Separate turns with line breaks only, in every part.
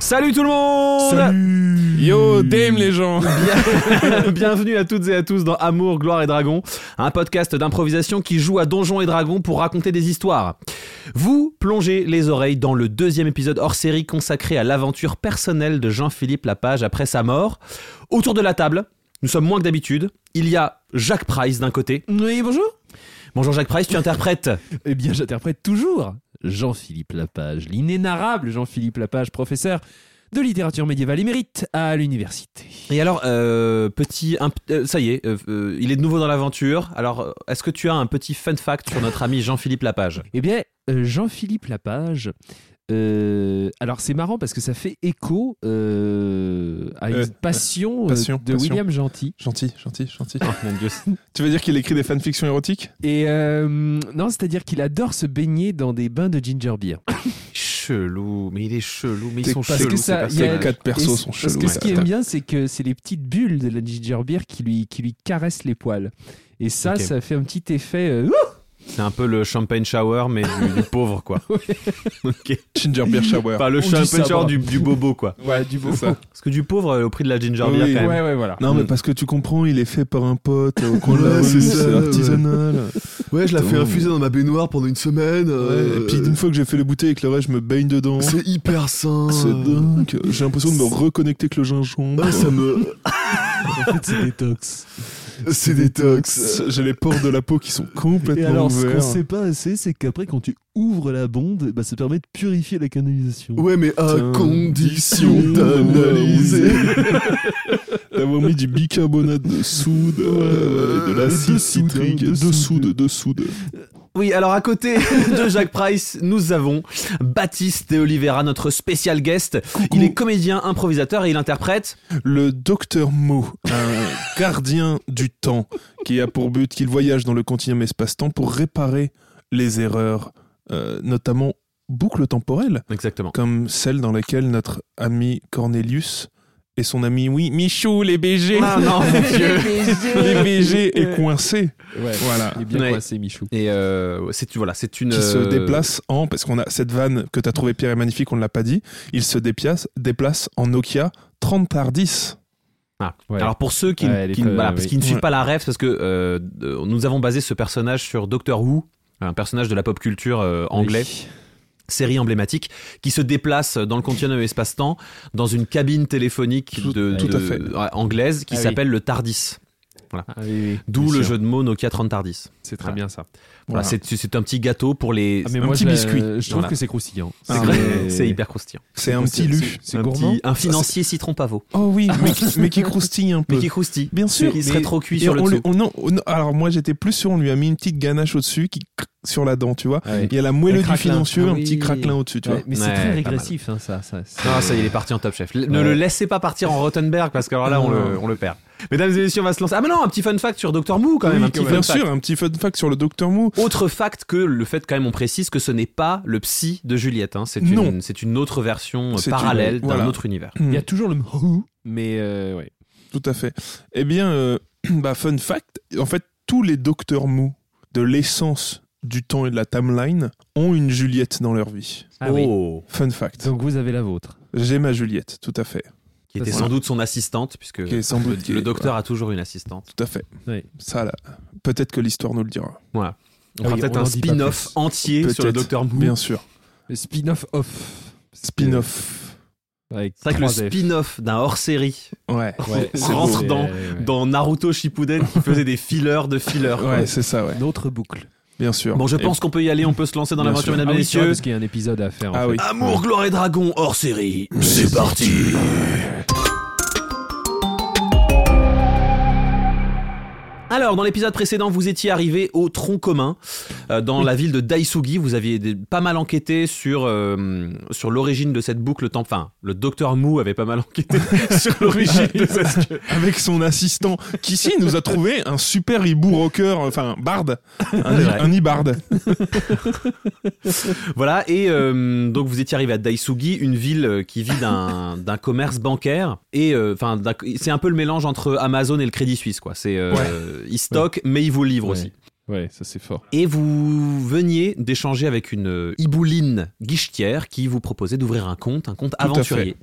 Salut tout le monde
Yo, dame les gens
Bien- Bienvenue à toutes et à tous dans Amour, Gloire et Dragon, un podcast d'improvisation qui joue à Donjons et Dragons pour raconter des histoires. Vous plongez les oreilles dans le deuxième épisode hors série consacré à l'aventure personnelle de Jean-Philippe Lapage après sa mort. Autour de la table, nous sommes moins que d'habitude. Il y a Jacques Price d'un côté.
Oui, bonjour.
Bonjour Jacques Price, tu interprètes
Eh bien, j'interprète toujours Jean-Philippe Lapage, l'inénarrable Jean-Philippe Lapage, professeur de littérature médiévale émérite à l'université.
Et alors, euh, petit, un- euh, ça y est, euh, euh, il est de nouveau dans l'aventure. Alors, euh, est-ce que tu as un petit fun fact sur notre ami Jean-Philippe Lapage
Eh bien, euh, Jean-Philippe Lapage. euh, alors c'est marrant parce que ça fait écho euh, à une
Euh,
passion, euh,
passion,
de
passion.
William Gentil.
Gentil, gentil, gentil.
Oh mon dieu,
tu veux dire qu'il écrit des fanfictions érotiques
Et euh, non, c'est-à-dire qu'il adore se baigner dans des bains de ginger beer.
chelou, mais il est chelou, mais ils
T'es
sont
pas-
chelous.
que
ces
Ah,
ça-
personnages.
il y a-
Tes quatre persos
Et
sont
c'est- Parce
chelous.
que ce qui est
ouais.
bien, c'est que c'est les petites bulles de la ginger beer qui lui, qui lui caressent les poils. Et ça,
Ok.
ça fait un petit effet. euh,
C'est un peu le champagne shower, mais du, du pauvre quoi. Ok.
Ginger Beer Shower.
Pas le
On dit
champagne
ça,
shower
bon.
du, du bobo quoi.
ouais, du beau.
C'est ça.
Parce que du pauvre, euh, au prix de la ginger
Oui,
beer quand
Ouais,
même.
ouais, voilà.
Non, mais
Mm.
parce que tu comprends, il est fait par un pote euh, au coin de la
Ouais,
rue,
c'est ça,
artisanal.
Ouais, je la fais
Putain.
infuser dans ma baignoire pendant une semaine. euh,
Et puis une fois que j'ai fait les bouteilles et que le reste, je me baigne dedans.
c'est hyper sain.
C'est
euh,
dingue. J'ai l'impression de me
C'est-
reconnecter avec le gingembre.
Ah, ça me.
c'est détox.
C'est détox.
J'ai les pores de la peau qui sont complètement
hein.
ouverts.
pas assez, c'est qu'après, quand tu ouvres la bonde, bah, ça permet de purifier la canalisation.
Ouais, mais à
Putain.
condition d'analyser.
D'avoir mis du bicarbonate de soude, euh, et de l'acide
de soude,
citrique,
de
de soude,
soude.
de soude.
Oui, alors à côté de Jacques Price, nous avons Baptiste de Oliveira, notre spécial guest. Il est comédien, improvisateur et il interprète.
Le docteur Mo, un gardien du temps, qui a pour but qu'il voyage dans le continuum espace-temps pour réparer les erreurs, euh, notamment boucles temporelles,
Exactement.
comme celle dans laquelle notre ami Cornelius et son ami, oui, Michou, les BG,
Ah non, mon dieu.
les BG est coincé,
Ouais,
Voilà.
Il est bien
Ouais.
coincé, Michou.
Et euh, c'est voilà, c'est une
qui se
euh,
déplace en, parce qu'on a cette vanne que t'as trouvée Pierre et magnifique, on ne l'a pas dit, il se déplace, déplace en Nokia 30 par 10.
Ah.
Ouais.
Alors pour ceux qui,
Ouais, elle est
qui-
pas-
voilà,
oui.
parce qu'ils ne suivent
Ouais.
pas la ref, parce que euh, euh, nous avons basé ce personnage sur Doctor Who, un personnage de la pop culture euh, anglais,
Oui.
série emblématique, qui se déplace dans le continuum espace-temps dans une cabine téléphonique
Tout-
de,
tout à
de-
fait.
ouais, anglaise qui
Ah oui.
s'appelle le Tardis.
Ah oui, oui.
D'où
Bien
le
sûr.
jeu de mots Nokia 30 Tardis.
C'est très
Voilà.
bien ça.
Voilà,
Voilà.
c'est- c'est un petit gâteau pour les.
Ah, mais
un
moi,
petit
je, la-
biscuit.
Je trouve
Voilà.
que c'est croustillant.
C'est
Ah,
vrai,
mais-
c'est hyper croustillant.
C'est un petit lu.
C'est
un,
gourmand.
petit- un financier citron pavot,
Oh oui, mais qui, mais qui croustille un peu.
mais qui croustille.
Bien sûr.
il serait
mais-
trop cuit
et
sur le
on lui-
dessous.
on- non, on- non, alors moi j'étais plus sûr, on lui a mis une petite ganache au-dessus qui cr- sur la dent, tu vois.
Ah oui.
Il y a la moelle
Un
du
craquelin.
financier,
Ah
un
oui.
petit craquelin au-dessus, tu vois.
Ouais, Mais
Ouais,
c'est
pas
très
mal.
régressif, hein, ça. ça c'est-
Ah ça y est, il est parti en top chef. Le- Ne
Ouais.
le laissez pas partir en Rotten Bear parce que alors là on
Non.
le, on le perd. Mesdames et messieurs, on va se lancer. Ah mais non, un petit fun fact sur Dr Mou quand même. un petit fun
Bien
fact.
sûr, un petit fun fact sur le docteur Mou.
Autre fact que le fait quand même on précise que ce n'est pas le psy de Juliette. hein. C'est une
Non.
c'est une autre version euh,
C'est une-
parallèle d'un
voilà.
autre univers.
Il y a toujours le mou, mais euh, ouais.
Tout à fait. Eh bien, euh, bah, fun fact, en fait, tous les docteurs Mou de l'essence du temps et de la timeline ont une Juliette dans leur vie.
Ah oui.
oh,
Fun fact.
Donc vous avez la vôtre.
J'ai ma Juliette, tout à fait.
qui était
Ça,
sans
c'est-
doute son assistante puisque
Qui est sans doute qui
le
est-
docteur a toujours une assistante.
Tout à fait.
Oui.
Ça, là, peut-être que l'histoire nous le dira.
On
Ah
fera
oui,
peut-être
on
un
en dit pas
spin-off
plus.
entier sur le
Peut-être.
Dr Mou.
Bien sûr.
Le spin-off off.
Spin-off.
Avec
C'est vrai que le
3F.
spin-off d'un hors-série
Ouais.
Ouais,
c'est
rentre
beau.
dans-
Ouais, ouais, ouais.
dans Naruto Shippuden qui faisait des fillers de fillers. quoi.
Ouais, c'est ça, ouais.
Notre boucle.
Bien sûr.
Bon, je
Et-
pense qu'on peut y aller, on peut se lancer dans
Bien
l'aventure,
sûr.
mesdames
Ah
et
oui, c'est vrai,
messieurs.
parce qu'il y a un épisode à faire. en
Ah
fait.
oui.
Amour, gloire et dragon hors série. C'est parti. Alors, dans l'épisode précédent, vous étiez arrivé au tronc commun, euh, dans la ville de Daisugi. Vous aviez des- pas mal enquêté sur, euh, sur l'origine de cette boucle temps. Enfin, le docteur Mou avait pas mal enquêté sur l'origine de cette.
avec son assistant qui ici nous a trouvé un super hibou rocker enfin barde un,
C'est vrai.
un barde
Voilà, et euh, donc vous étiez arrivé à Daisugi, une ville euh, qui vit d'un d'un commerce bancaire. Et euh, enfin, d'un- c'est un peu le mélange entre Amazon et le Crédit Suisse, quoi. C'est euh, ils stockent, mais ils vous livrent
Ouais.
aussi.
Ouais, ça c'est fort.
et vous veniez d'échanger avec une euh, hibouline guichetière qui vous proposait d'ouvrir un compte, un compte
à
aventurier,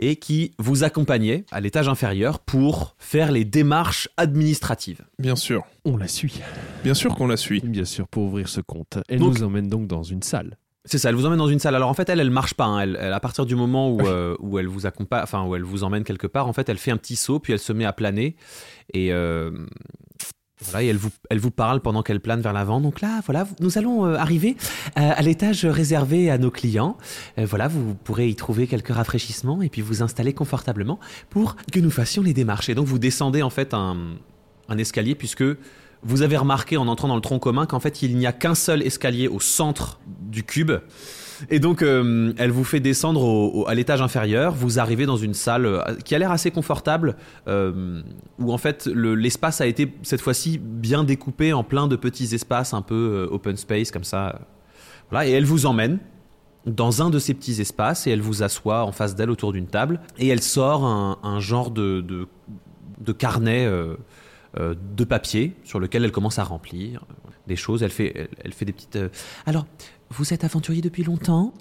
et qui vous accompagnait à l'étage inférieur pour faire les démarches administratives.
Bien sûr.
On la suit.
Bien sûr qu'on la suit.
Bien sûr, pour ouvrir ce compte. Elle
Donc-
nous emmène donc dans une salle.
C'est ça, elle vous emmène dans une salle. Alors en fait, elle, elle marche pas. hein. Elle, elle- à partir du moment où, euh, où elle vous accompagne, enfin où elle vous emmène quelque part, en fait, elle fait un petit saut, puis elle se met à planer et euh, voilà, et elle vous, elle vous parle pendant qu'elle plane vers l'avant. Donc là, voilà, vous- nous allons euh, arriver euh, à l'étage réservé à nos clients. Euh, voilà, vous pourrez y trouver quelques rafraîchissements et puis vous installer confortablement pour que nous fassions les démarches. Et donc vous descendez en fait un, un escalier puisque vous avez remarqué en entrant dans le tronc commun qu'en fait il n'y a qu'un seul escalier au centre du cube. Et donc euh, elle vous fait descendre au- au- à l'étage inférieur. Vous arrivez dans une salle euh, qui a l'air assez confortable, euh, où en fait le- l'espace a été cette fois-ci bien découpé en plein de petits espaces un peu euh, open space comme ça. Voilà, et elle vous emmène dans un de ces petits espaces et elle vous assoit en face d'elle autour d'une table et elle sort un, un genre de, de, de carnet euh, euh, de papier sur lequel elle commence à remplir euh, des choses. Elle fait, elle, elle fait des petites. euh, Alors, vous êtes aventurier depuis longtemps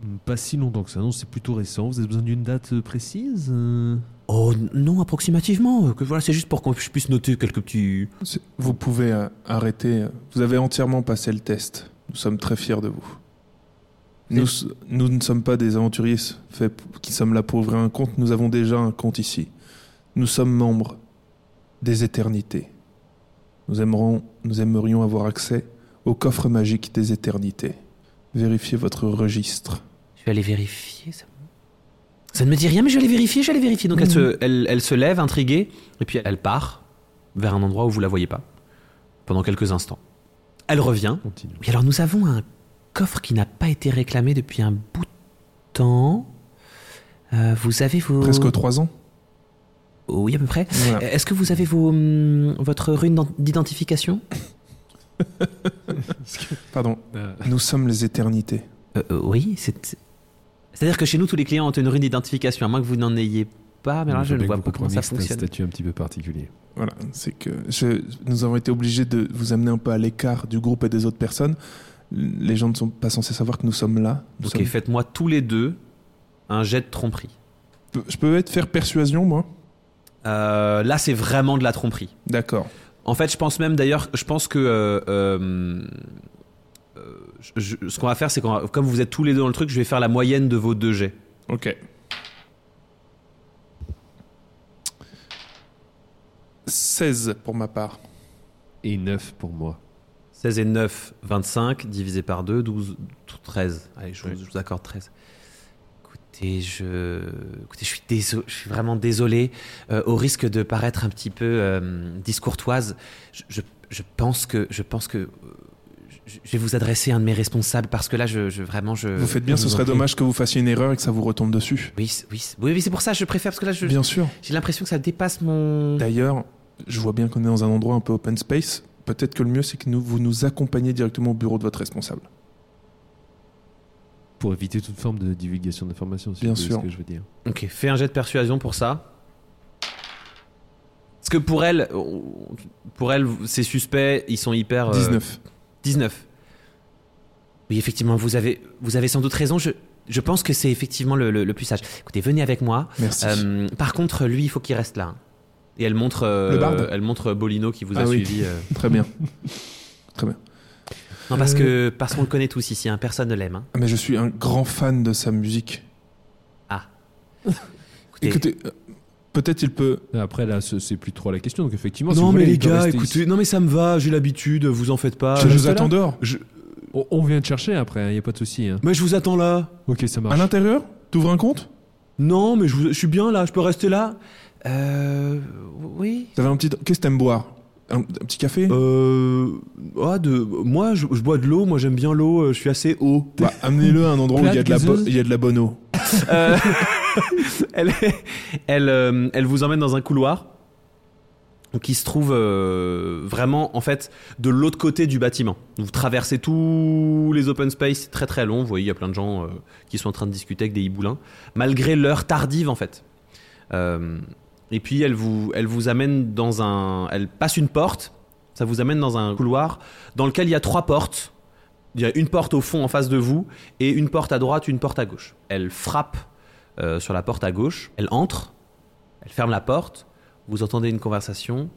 Hmm, Pas si longtemps que ça, non, c'est plutôt récent. Vous avez besoin d'une date euh, précise euh
Oh n- non, approximativement. euh, Que voilà, c'est juste pour qu'on je puisse noter quelques petits.
C'est- Vous pouvez euh, arrêter. Vous avez entièrement passé le test. Nous sommes très fiers de vous. Nous, s- nous ne sommes pas des aventuriers faits p- qui sommes là pour ouvrir un compte. Nous avons déjà un compte ici. Nous sommes membres des éternités. Nous, aimerons, nous aimerions avoir accès au coffre magique des éternités. Vérifiez votre registre.
Je vais aller vérifier. Ça, ça ne me dit rien, mais je vais aller vérifier. Je vais aller vérifier. Donc elle se, elle, elle se lève intriguée et puis elle part vers un endroit où vous la voyez pas pendant quelques instants. Elle revient.
Continue.
Oui, alors nous avons un coffre qui n'a pas été réclamé depuis un bout de temps. Euh, vous avez vos
Presque trois ans.
Oui, à peu près. Euh,
Voilà.
Est-ce que vous avez vos, hum, votre rune d'ident- d'identification
Pardon. Nous sommes les éternités.
Euh, euh, oui, c'est. C'est-à-dire que chez nous, tous les clients ont une rune d'identification, à moins que vous n'en ayez pas, mais là, je ne vois pas comment ça
C'est un
fonctionne.
statut un petit peu particulier.
Voilà, c'est que je- nous avons été obligés de vous amener un peu à l'écart du groupe et des autres personnes. Les gens ne sont pas censés savoir que nous sommes là. Nous
Ok, faites-moi tous les deux un jet de tromperie.
sommes- Je peux être faire persuasion, moi
Euh, là, c'est vraiment de la tromperie.
D'accord.
En fait, je pense même d'ailleurs, je pense que. euh, euh, euh, je- je- ce qu'on va faire, c'est qu'on va- comme vous êtes tous les deux dans le truc, je vais faire la moyenne de vos deux jets.
Ok. 16 pour ma part.
Et 9 pour moi.
16 et 9, 25, divisé par 2, 12, 13. Allez, je, vous- je vous accorde 13. Écoutez, je, écoutez, je, suis, déso- je suis vraiment désolé. Euh, au risque de paraître un petit peu euh, discourtoise, je, je- je pense que, je, pense que euh, je, je vais vous adresser à un de mes responsables parce que là, je, je- vraiment, je.
vous faites bien,
Euh, je
ce
vous en
serait
prie.
dommage que vous fassiez une erreur et que ça vous retombe dessus.
Oui, c'est- oui, c'est- oui, oui, c'est pour ça, je préfère parce que là, je-
Bien sûr.
j'ai l'impression que ça dépasse mon.
D'ailleurs, je vois bien qu'on est dans un endroit un peu open space. Peut-être que le mieux, c'est que nous, vous nous accompagniez directement au bureau de votre responsable.
Pour éviter toute forme de divulgation d'informations, si
Bien
vous voyez
sûr.
ce que je veux dire.
Ok, fais un jet de persuasion pour ça. Parce que pour elle, on- pour elle, ces suspects, ils sont hyper. euh,
19.
19. Oui, effectivement, vous avez, vous avez sans doute raison. Je, je pense que c'est effectivement le, le- le plus sage. Écoutez, venez avec moi.
Merci.
Euh, par contre, lui, il faut qu'il reste là. hein. Et elle montre, euh,
Le barde
elle montre Bolino qui vous a
Ah oui.
suivi. euh.
Très bien.
Non, parce
Euh.
que parce qu'on le connaît tous ici. hein, personne ne l'aime. hein.
Mais je suis un grand fan de sa musique.
Écoutez,
Écoutez, euh, peut-être il peut.
Après, là, ce- c'est plus trop la question. Donc, effectivement, si
non
vous
mais
voulez,
les
il peut
gars,
rester ici.
écoutez, non mais ça me va, j'ai l'habitude, vous en faites
Ah,
pas.
je
Je-
vous attends dehors.
On, on vient te chercher après, il n'y a pas de souci. hein.
Mais je vous attends là.
Ok, ça
À
marche.
l'intérieur T'ouvres un compte
Non mais je, vous- je suis bien là, je peux rester là.
euh, oui.
T'avais un petit. Qu'est-ce que t'aimes boire un, un petit café
Euh, ah, de, moi je, je bois de l'eau, moi j'aime bien l'eau, euh, je suis assez haut.
Bah, Amenez-le à un endroit où il y, a de la bo-
gazeuse
il y a de la bonne eau.
Euh, elle, elle, euh, elle vous emmène dans un couloir qui se trouve euh, vraiment en fait de l'autre côté du bâtiment. Vous traversez tous les open space, c'est très très long. Vous voyez, il y a plein de gens euh, qui sont en train de discuter avec des hiboulins, malgré l'heure tardive en fait. Euh, et puis elle vous, elle vous amène dans un, elle passe une porte. Ça ça vous amène dans un couloir dans lequel il y a trois portes. Il y a une porte au fond en face de vous et une porte à droite, une porte à gauche. Elle frappe euh, sur la porte à gauche, elle entre, elle ferme la porte, vous entendez une conversation,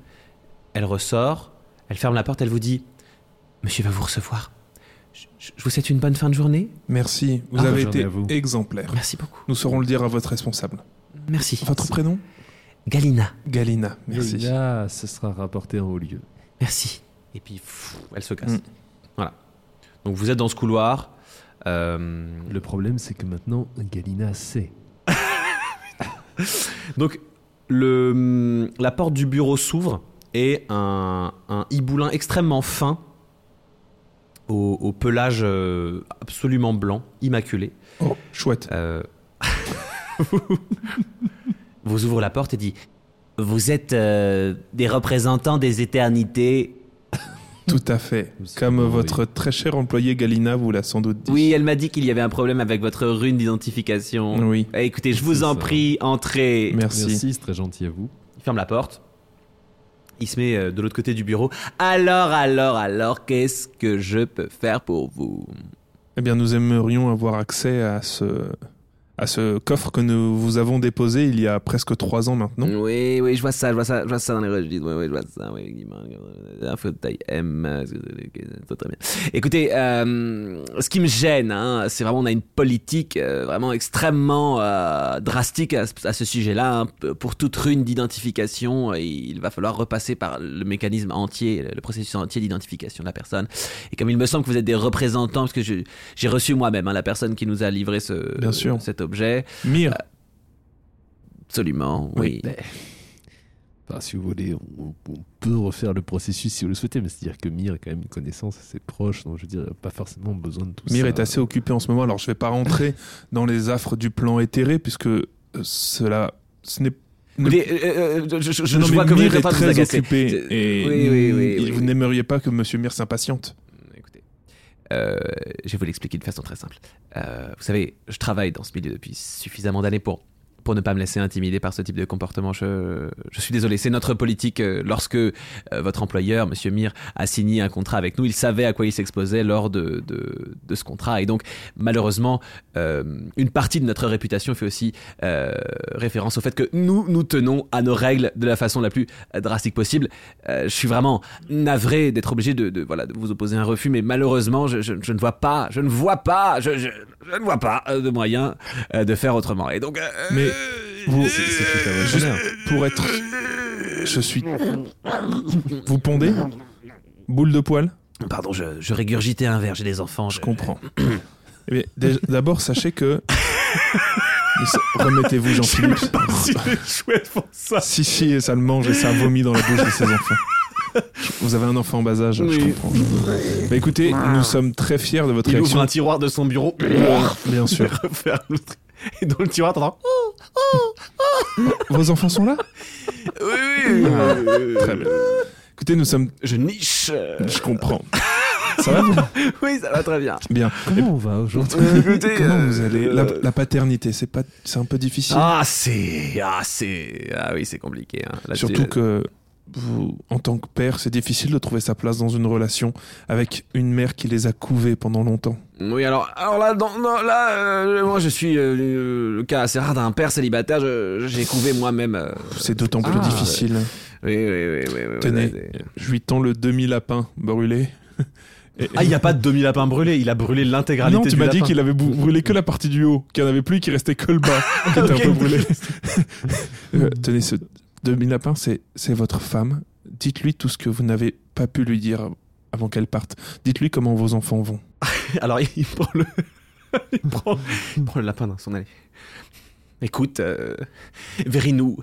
elle ressort, elle ferme la porte, elle vous dit Monsieur va vous recevoir. Je, je- je vous souhaite une bonne fin de journée.
Merci, vous
Ah, bonne
avez
journée
été
à vous.
exemplaire.
Merci beaucoup.
Nous saurons le dire à votre responsable.
Merci.
Votre prénom
Galina.
Galina, merci.
Et là, ce sera rapporté en haut lieu.
Merci. Et puis, pff, elle se casse.
Mm.
Voilà. Donc vous êtes dans ce couloir. euh,
Le problème, c'est que maintenant, Galina sait.
Donc le, la porte du bureau s'ouvre et un, un hiboulin extrêmement fin, au, au pelage euh, absolument blanc, immaculé,
Oh, chouette.
euh, vous ouvre la porte et dit Vous êtes euh, des représentants des éternités.
Tout à fait.
Monsieur
Comme
Maury.
votre très cher employé Galina vous l'a sans doute dit.
Oui, elle m'a dit qu'il y avait un problème avec votre rune d'identification.
Oui,
Eh, Écoutez, je vous
C'est
en
ça.
prie, entrez.
merci.
c'est très gentil à vous.
Il ferme la porte. Il se met euh, de l'autre côté du bureau. Alors, alors, alors, qu'est-ce que je peux faire pour vous
Eh bien, nous aimerions avoir accès à ce, à ce coffre que nous vous avons déposé il y a presque trois ans maintenant.
Oui, oui, je vois ça, je vois ça, je vois ça dans les registres. Oui, oui, je vois ça. Oui, euh, effectivement. Info de taille M. euh, c'est Très bien. Écoutez, euh, ce qui me gêne, hein, c'est vraiment on a une politique euh, vraiment extrêmement euh, drastique à, ce- à ce sujet-là. hein. P- Pour toute rune d'identification, euh, il va falloir repasser par le mécanisme entier, le processus entier d'identification de la personne. Et comme il me semble que vous êtes des représentants, parce que je- j'ai reçu moi-même hein, la personne qui nous a livré ce,
Bien sûr.
cet objet,
Mire,
absolument, oui.
Enfin, si vous voulez, on, on peut refaire le processus si vous le souhaitez, mais c'est-à-dire que Mir est quand même une connaissance assez proche, donc je veux dire, pas forcément besoin de tout
Mire
ça.
est assez occupé en ce moment, alors je ne vais pas rentrer dans les affres du plan éthéré, puisque euh, cela, ce n'est
Écoutez, euh, euh, je, je- je-
Non,
je
mais
vois que vous
Mire
êtes en train
est
de vous
très
agacer.
occupé
C'est-
et
Oui, oui, oui, oui,
vous
oui.
n'aimeriez pas que Monsieur Mire s'impatiente.
Écoutez, euh, je vais vous l'expliquer de façon très simple. Euh, vous savez, je travaille dans ce milieu depuis suffisamment d'années pour, pour ne pas me laisser intimider par ce type de comportement. Je, je suis désolé, c'est notre politique. euh, Lorsque euh, votre employeur, Monsieur Mire, a signé un contrat avec nous, il savait à quoi il s'exposait lors de, de, de ce contrat. Et donc, malheureusement, euh, une partie de notre réputation fait aussi euh, référence au fait que nous, nous tenons à nos règles de la façon la plus euh, drastique possible. Euh, je suis vraiment navré d'être obligé de, de, voilà, de vous opposer un refus, mais malheureusement, je, je- je ne vois pas, je ne vois pas, je, je- je ne vois pas euh, de moyen euh, de faire autrement. Et donc, euh,
Mais vous,
C'est- c'est tout à votre
juste
honneur.
pour être, je suis. Vous pondez, boule de poil.
pardon, je, je régurgitais un verre, j'ai des enfants.
Je comprends. Eh bien, dé- d'abord, sachez que. Mais ça- Remettez-vous, Jean-Philippe. Si, si, et ça le mange et ça vomit dans la bouche de ses enfants. Vous avez un enfant en bas âge, je comprends. Bah, écoutez, nous sommes très fiers de votre
Il ouvre
réaction.
un tiroir de son bureau,
Bien sûr.
faire un autre- et dans le tiroir, t'entends Oh,
Vos enfants sont là
Oui, oui, oui, oui,
Très bien. Écoutez, nous sommes.
Je niche. euh,
Je comprends. Ça va vous
Oui, ça va très bien.
Bien.
Comment on va aujourd'hui
Écoutez,
Comment
euh,
vous allez la,
euh,
la paternité, c'est pas, c'est un peu difficile.
Ah, c'est. Ah, c'est. Ah oui, c'est compliqué. hein. Là,
Surtout
tu-
que vous, en tant que père, c'est difficile de trouver sa place dans une relation avec une mère qui les a couvés pendant longtemps.
Oui, alors, alors là, dans- dans- là euh, moi, je suis euh, le, le cas assez rare d'un père célibataire. je- J'ai couvé moi-même. euh,
C'est d'autant plus
Ah.
difficile.
oui, oui, oui, oui, oui,
Tenez.
oui, oui.
Je lui tends le demi-lapin brûlé. Et-
Ah, il n'y a pas de demi-lapin brûlé, il a brûlé l'intégralité
non, tu
du
m'as dit
lapin.
qu'il avait bou- brûlé que la partie du haut, qu'il n'y en avait plus, qu'il restait que le bas, qui était un peu brûlé. Euh, tenez, ce demi-lapin, c'est c'est votre femme. Dites-lui tout ce que vous n'avez pas pu lui dire avant qu'elle parte. Dites-lui comment vos enfants vont.
Alors, il, il prend le. il, prend, il prend le lapin dans son allée. Écoute, euh, Vérinou,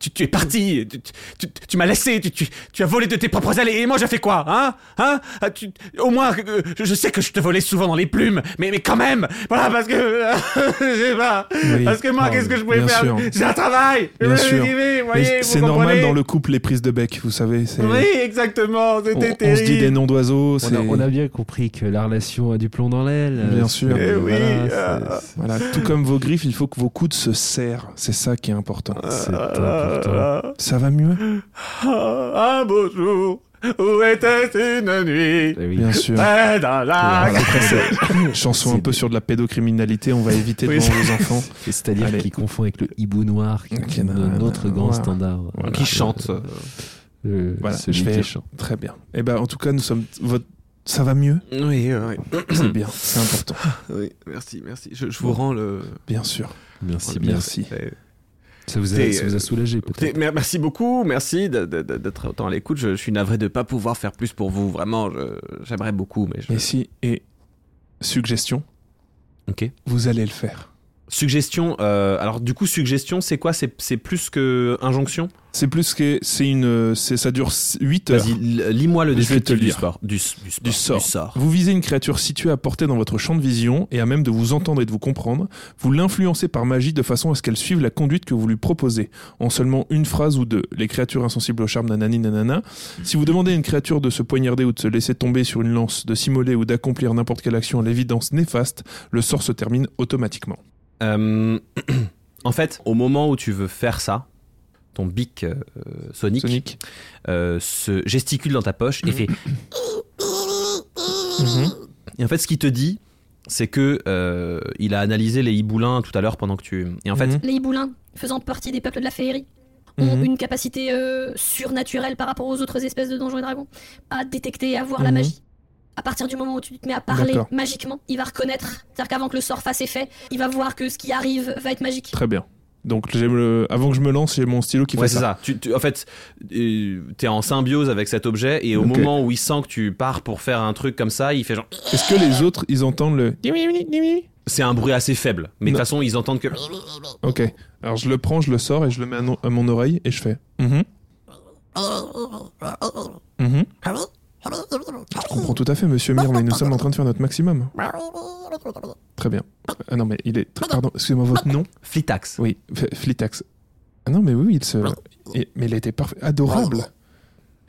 tu, tu es parti, tu, tu- tu- tu m'as laissé, tu, tu- tu as volé de tes propres allées, et moi j'ai fait quoi, hein Hein Ah, tu- Au moins, euh, je, je sais que je te volais souvent dans les plumes, mais, mais quand même, voilà, parce que... je sais pas,
Oui.
parce que moi,
Ah,
qu'est-ce que je pouvais
bien
faire
sûr.
J'ai un travail
Bien
euh,
sûr.
j'y vais,
Mais
voyez, vous
c'est normal
comprenez
dans le couple les prises de bec, vous savez. c'est-
Oui, exactement,
on,
c'était
on se dit des
terrible.
noms d'oiseaux.
on
c'est-
a, on a bien compris que la relation a du plomb dans l'aile.
Bien
euh,
sûr.
c'est-
Eh
oui,
voilà,
ah.
c'est-
Voilà, tout comme vos griffes, il faut que vos coudes se serrent. C'est ça
Euh.
qui est important.
c'est important.
Ça va mieux
Ah, un beau jour,
Où était une nuit
Eh oui.
Bien sûr.
Ah,
près d'un lac
Voilà, après, c'est- chanson un
C'est-
peu sur de la pédocriminalité, on va éviter
Oui,
devant les enfants.
Et C'est-à-dire
Allez.
qu'il confond avec le hibou noir, qui
Ok,
est
non, non,
notre
non,
grand
voilà.
standard.
Voilà.
Qui chante
Euh,
Voilà,
celui
je vais-
qui chante.
Très bien. Et ben, en tout cas, nous sommes. Votre... Ça va mieux
Oui, oui,
Mm.
C'est bien, c'est important.
oui, merci, merci. Je, je vous rends le.
Bien sûr.
Merci bien.
Merci.
Eh,
Ça vous a,
T'es,
ça vous a soulagé peut-être.
écoutez, mer- Merci beaucoup, merci de- de- de- d'être autant à l'écoute. Je, je suis navré de ne pas pouvoir faire plus pour vous, vraiment. je- J'aimerais beaucoup, mais je.
Mais si, et suggestion,
Ok.
vous allez le faire.
Suggestion, euh, alors du coup, suggestion, c'est quoi C'est c'est plus que injonction
C'est plus que. C'est une. c'est- Ça dure 8 heures.
Vas-y, l- lis-moi le
Je vais te
descriptif
le
du
lire.
sport. Du, s- du sport.
Du sort. Vous visez une créature située à portée dans votre champ de vision et à même de vous entendre et de vous comprendre. Vous l'influencez par magie de façon à ce qu'elle suive la conduite que vous lui proposez. En seulement une phrase ou deux, les créatures insensibles au charme nanani nanana. Si vous demandez à une créature de se poignarder ou de se laisser tomber sur une lance, de s'immoler ou d'accomplir n'importe quelle action à l'évidence néfaste, le sort se termine automatiquement.
Euh, en fait, au moment où tu veux faire ça, ton bic euh, sonic,
Sonic
euh, se gesticule dans ta poche et fait.
Mhm.
Et en fait, ce qu'il te dit, c'est que euh, il a analysé les hiboulins tout à l'heure pendant que tu. Et en fait,
Mhm.
Les hiboulins, faisant partie des peuples de la féerie, ont
Mhm.
une capacité euh, surnaturelle par rapport aux autres espèces de donjons et dragons à détecter et à voir la
Mhm.
magie. À partir du moment où tu te mets à parler
D'accord.
magiquement, il va reconnaître. C'est-à-dire qu'avant que le sort fasse effet, il va voir que ce qui arrive va être magique.
Très bien. Donc j'ai le- avant que je me lance, j'ai mon stylo qui
ouais, c'est
fait ça.
ça. Tu, tu- en fait, euh, t'es en symbiose avec cet objet et au
Ok.
moment où il sent que tu pars pour faire un truc comme ça, il fait genre.
Est-ce que les autres, ils entendent le...
C'est un bruit assez faible, mais de
Non.
toute façon, ils entendent que.
Ok. Alors je le prends, je le sors et je le mets à, no- à mon oreille et je fais. Mhm. Mhm. Je comprends tout à fait, monsieur Mire, mais nous sommes en train de faire notre maximum. Très bien. Ah non, mais il est. très- Pardon, excusez-moi, votre nom
Flitax.
Oui, F- Flitax. Ah non, mais oui, il se. il- Mais il était parfait. Adorable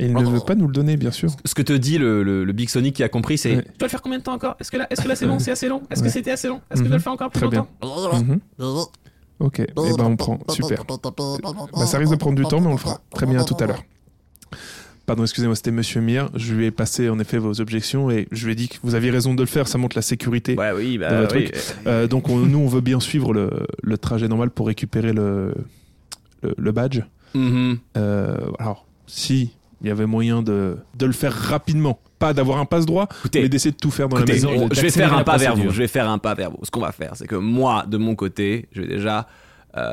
Et il ne veut pas nous le donner, bien sûr.
Ce que te dit le, le, le Big Sonic qui a compris, c'est.
Ouais.
Tu dois le faire combien de temps encore Est-ce que là, est-ce que là c'est bon C'est assez long Est-ce
Ouais.
que c'était assez long Est-ce que je
Mhm.
dois le faire encore plus
Très bien.
longtemps
Mhm. Ok, eh ben on prend. Super. Bah, ça risque de prendre du temps, mais on le fera. Très bien, à tout à l'heure. Pardon, excusez-moi, c'était Monsieur Mire. Je lui ai passé en effet vos objections et je lui ai dit que vous aviez raison de le faire, ça montre la sécurité.
Ouais, oui, bah,
Dans le
oui.
Euh, donc on- nous, on veut bien suivre le, le trajet normal pour récupérer le, le, le badge.
Mhm.
Euh, alors, si il y avait moyen de, de le faire rapidement, pas d'avoir un passe droit,
Écoutez,
mais d'essayer de tout faire dans
Écoutez,
la maison.
on- je vais
d'accélérer
faire un
la
pas vers
procédure.
vous. Je vais faire un pas vers vous. Ce qu'on va faire, c'est que moi, de mon côté, je vais déjà euh,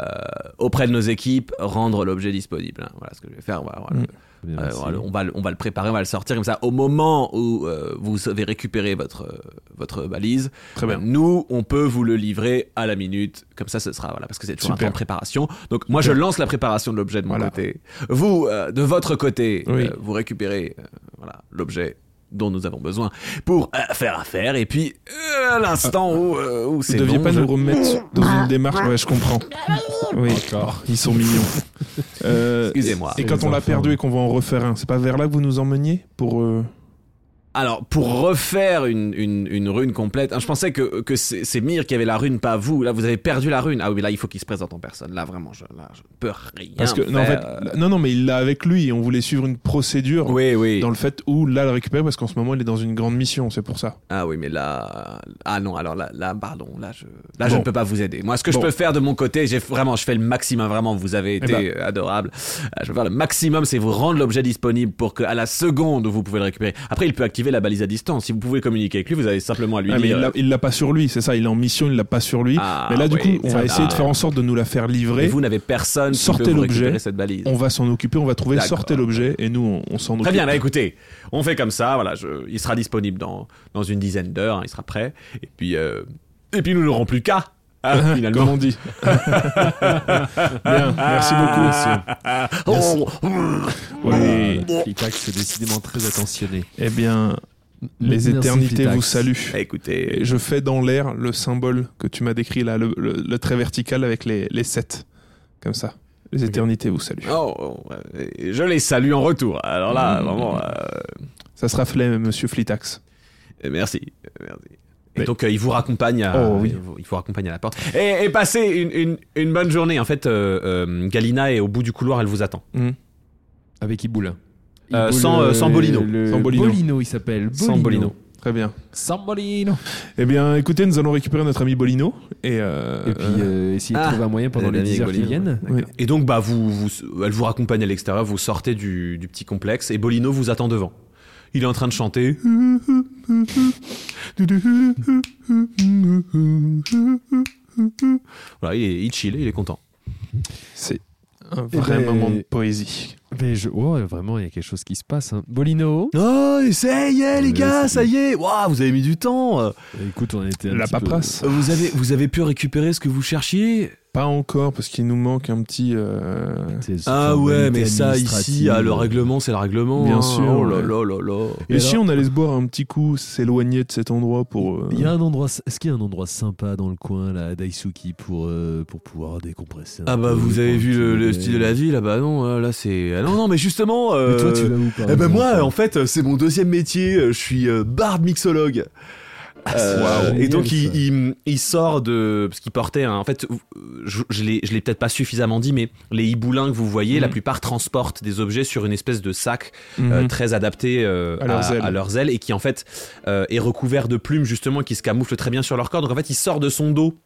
auprès de nos équipes rendre l'objet disponible. hein. Voilà ce que je vais faire. On va, on va le-
Mm.
Eh Bien,
euh,
merci.
on va le- on, va, le- on va le préparer, on va le sortir comme ça. Au moment où euh, vous avez récupéré votre euh, votre valise,
Très bien.
euh, nous, on peut vous le livrer à la minute. Comme ça, ce sera voilà parce que c'est toujours un
Super.
temps de préparation. Donc moi, je
Super.
lance la préparation de l'objet de mon
Voilà.
côté. Vous, euh, de votre côté,
Oui.
euh, vous récupérez euh, voilà l'objet dont nous avons besoin pour euh, faire affaire et puis euh, à l'instant où, euh, où
Vous
c'est
ne deviez
bon,
pas
je-
nous remettre sur- dans une démarche. Ouais, je comprends. Oui, ils sont mignons. Euh,
Excusez-moi.
Et quand on l'a perdu et qu'on va en refaire un, c'est pas vers là que vous nous emmeniez pour euh,
Alors, pour refaire une, une, une rune complète, hein, je pensais que, que c'est c'est Mire qui avait la rune, pas vous. Là, vous avez perdu la rune. Ah oui, mais là, il faut qu'il se présente en personne. Là, vraiment, je, là, je ne peux rien
parce que non, en fait,
faire. euh,
là- non non mais il l'a avec lui et on voulait suivre une procédure
Oui, oui.
dans le fait où là le récupérer parce qu'en ce moment il est dans une grande mission c'est pour ça
Ah oui, mais là... Ah non, alors là, là pardon, là, je, là je
Bon.
ne peux pas vous aider. Moi, ce que
Bon.
je peux faire de mon côté, j'ai vraiment, je fais le maximum, vraiment, vous avez été
ben.
euh, adorable. Euh, Je peux faire le maximum, c'est vous rendre l'objet disponible pour que à la seconde, où vous pouvez le récupérer. Après, il peut activer la balise à distance. Si vous pouvez communiquer avec lui, vous avez simplement à lui
Ah, mais il
dire... euh,
l'a- il l'a pas sur lui c'est ça il est en mission il l'a pas sur lui
Ah,
mais là du
oui,
coup on
ça
va essayer de
va.
faire en sorte de nous la faire livrer
Et vous n'avez personne qui
Sortez
peut vous
l'objet.
récupérer cette balise.
on va s'en occuper on va trouver
D'accord.
sortez l'objet et nous on, on s'en occupe
Très bien, bah écoutez, on fait comme ça, voilà, je- il sera disponible dans, dans une dizaine d'heures, hein, il sera prêt, et puis, euh, et puis nous n'aurons plus qu'à, hein, finalement.
comme on dit bien merci
Ah.
beaucoup
Oh,
Ouais.
Voilà, Flitax est décidément très attentionné.
eh bien les
Merci,
éternités
Flitax.
vous saluent
bah écoutez,
Et je fais dans l'air le symbole que tu m'as décrit là, le, le- le trait vertical avec les, les sept. Comme ça. Les éternités vous saluent.
oh, oh, euh, je les salue en retour, alors là,
Hmm.
vraiment, euh,
Ça se raflait, monsieur Flitax.
merci, merci. Et
Mais-
donc euh, il vous raccompagne à,
Oh, oui.
il vous- il vous raccompagne à la porte. Et, et passez une, une- une bonne Hmm. journée. En fait, euh, euh, Galina est au bout du couloir, elle vous attend.
Avec Iboulin.
Euh,
Ibo
sans,
le-
euh, sans Bolino.
le-
Sans Bolino.
Bolino, il s'appelle.
Sans Bolino.
Très bien.
Sans Bolino.
Eh bien, écoutez, nous allons récupérer notre ami Bolino. Et, euh,
Et puis,
euh,
euh, essayer
Ah.
de trouver un moyen pendant
Des
les
amis
10 heures
avec
qui
Bolino,
viennent.
ouais. D'accord.
Et donc, bah, vous, vous- elle vous raccompagne à l'extérieur, vous sortez du, du petit complexe et Bolino vous attend devant. Il est en train de chanter. Voilà, il est il chill, il est content.
c'est un vrai
Eh ben,
moment de poésie.
Mais je... oh, vraiment, il y a quelque chose qui se passe. hein. Bolino.
Oh, ça y est,
les gars, ça
y est. Waouh, vous avez mis du temps.
Écoute, on était un
La
petit peu-
paperasse.
Vous avez, vous avez pu récupérer ce que vous cherchiez
Pas encore, parce qu'il nous manque un petit. euh,
C'était sur
Ah
une
ouais,
formalité
mais ça ici,
administrative.
ah, le règlement, c'est le règlement.
Bien
hein.
sûr,
Oh là
ouais.
là là là.
Et,
Et
si
alors-
on allait se boire un petit coup, s'éloigner de cet endroit pour. euh,
Il y a un endroit, est-ce qu'il y a un endroit sympa dans le coin là, à Daisuki pour euh, pour pouvoir décompresser un
Ah bah
peu,
vous avez
prendre
vu le,
un
le
petit verre
style de la ville, ah bah non, euh, là c'est... Ah non, non, mais justement...
Mais toi, tu
euh,
vas où par
Eh ben
exemple
moi, en fait, c'est mon deuxième métier. euh, Je suis euh, barde mixologue.
Ah,
Euh,
génial,
et donc
ça.
il, il- il sort de parce qu'il portait un- en fait euh, je, je l'ai je l'ai peut-être pas suffisamment dit mais les hiboulins que vous voyez
Mm.
la plupart transportent des objets sur une espèce de sac euh,
mhm.
très adapté euh,
À leurs ailes.
leurs ailes et qui en fait euh, est recouvert de plumes justement qui se camouflent très bien sur leur corps donc en fait il sort de son dos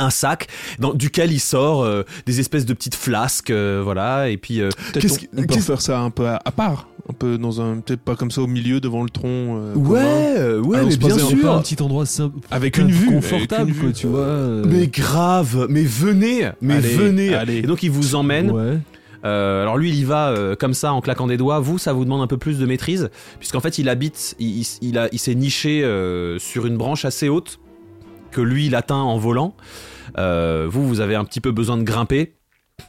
un sac dans, duquel il sort euh, des espèces de petites flasques euh, voilà et puis euh,
Peut-être
qu'est-ce
on-
que-
on, peut
qu'est-ce-
faire ça un peu à, à part, un peu dans un, peut-être pas comme ça au milieu devant le tronc. euh, commun.
ouais euh, ouais
Allons
mais
se
bien
poser un
C'est pas un
sûr
petit endroit sympa,
avec une vue,
confortable
avec une
quoi,
vue.
tu vois. euh,
Mais grave, mais venez, mais
Allez,
venez.
allez.
Et donc il vous emmène.
ouais.
Euh, alors lui, il y va euh, comme ça en claquant des doigts. Vous, ça vous demande un peu plus de maîtrise, puisqu'en fait, il habite, il, il- il a- il s'est niché euh, sur une branche assez haute que lui, il atteint en volant. Euh, vous, vous avez un petit peu besoin de grimper.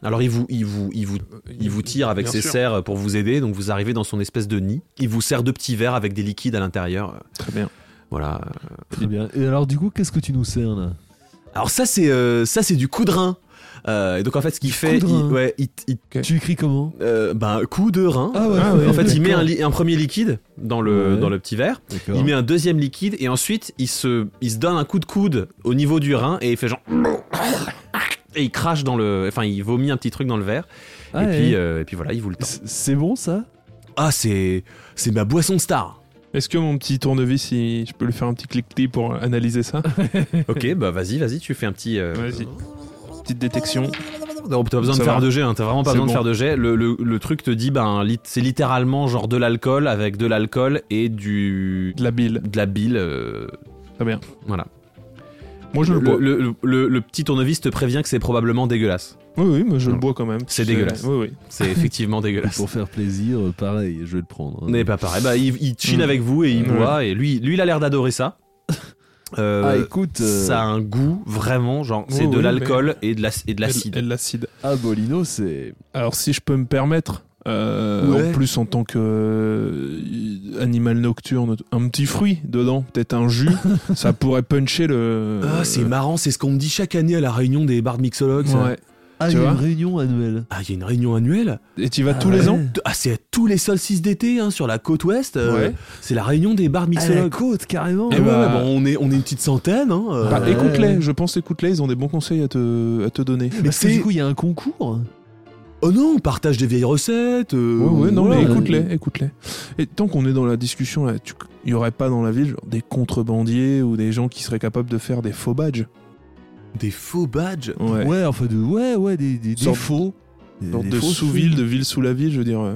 Alors il vous, il vous, il vous, il vous tire avec
Bien
ses
sûr.
serres pour vous aider. Donc vous arrivez dans son espèce de nid. Il vous sert de petits verres avec des liquides à l'intérieur.
Très bien.
Voilà.
Très bien. Et alors du coup, qu'est-ce que tu nous sers là
Alors ça, c'est, euh, ça, c'est du coup de rein. Euh, et donc en fait, ce qu'il fait, il,
rein.
ouais, il- il
Tu écris comment
Euh, ben, coup de rein.
Ah ouais,
Euh,
ah ouais,
en fait, il met
d'accord.
un, li- un premier liquide dans le,
Ouais.
dans le petit verre, il met un deuxième liquide et ensuite il se, il se donne un coup de coude au niveau du rein et il fait genre. Et il crache dans le. Enfin, il vomit un petit truc dans le verre.
Ah
et,
ouais.
puis, euh, et puis voilà, il vous le tend.
C'est c'est bon ça
Ah, c'est. C'est ma boisson star.
Est-ce que mon petit tournevis, il- je peux lui faire un petit clic-clic pour analyser ça
ok, bah vas-y, vas-y, tu fais un petit. euh,
Vas-y. Petite détection.
Non, t'as pas besoin
Ça
de faire
va.
de jet, hein, t'as vraiment pas
C'est
besoin de
bon.
faire de jet. Le, le- le truc te dit, ben, lit- c'est littéralement genre de l'alcool avec de l'alcool et du.
De la bile.
de la bile. euh,
Très bien.
Voilà.
Moi, je
Le,
le, bois.
le- le- le- le petit tournevis te prévient que c'est probablement dégueulasse.
Oui, oui, mais je le bois quand même.
C'est dégueulasse.
Oui, oui.
C'est effectivement dégueulasse.
Pour faire plaisir, euh, pareil, je vais le prendre. hein.
N'est pas pareil. Bah, il, il chill
Mm.
avec vous et il
Ouais.
boit. Et lui, lui, il a l'air d'adorer ça. Euh,
Ah écoute, euh,
ça a un goût vraiment, genre, c'est
Oui,
de
Oh, oui,
l'alcool et de la- et de
Et
l'acide.
de l'acide.
à Bolino, c'est
Alors, si je peux me permettre, euh,
Ouais.
en plus en tant que euh, animal nocturne, un petit fruit dedans, peut-être un jus, ça pourrait puncher le.
Ah, c'est marrant, c'est ce qu'on me dit chaque année à la réunion des bars de mixologues. ça.
Ouais.
ah,
Tu
il y a une
vois
réunion annuelle.
Ah, il y a une réunion annuelle
Et tu y vas tous les
ouais.
ans
Ah, c'est à tous les solstices d'été hein, sur la côte ouest. euh,
Ouais.
C'est la réunion des bars de
À la
mixologues.
côte carrément.
Et
Ah ouais,
bah-
ouais, bon, on, est, on est une petite centaine. Hein, euh,
Bah,
Ouais.
écoute-les, je pense écoute-les, ils ont des bons conseils à te, à te donner.
Parce que
c'est-
du coup, il y a un concours.
Oh non, on partage des vieilles recettes. euh,
Ouais, ouais, non,
voilà.
mais écoute-les, écoute-les. Et tant qu'on est dans la discussion, là, tu- il y aurait pas dans la ville genre, des contrebandiers ou des gens qui seraient capables de faire des faux badges
Des faux badges
Ouais.
Ouais, enfin de ouais, ouais, des, des, des
Sorte-
faux. Des-
Genre
des
de
faux
sous-ville, de ville sous la ville, je veux dire. euh,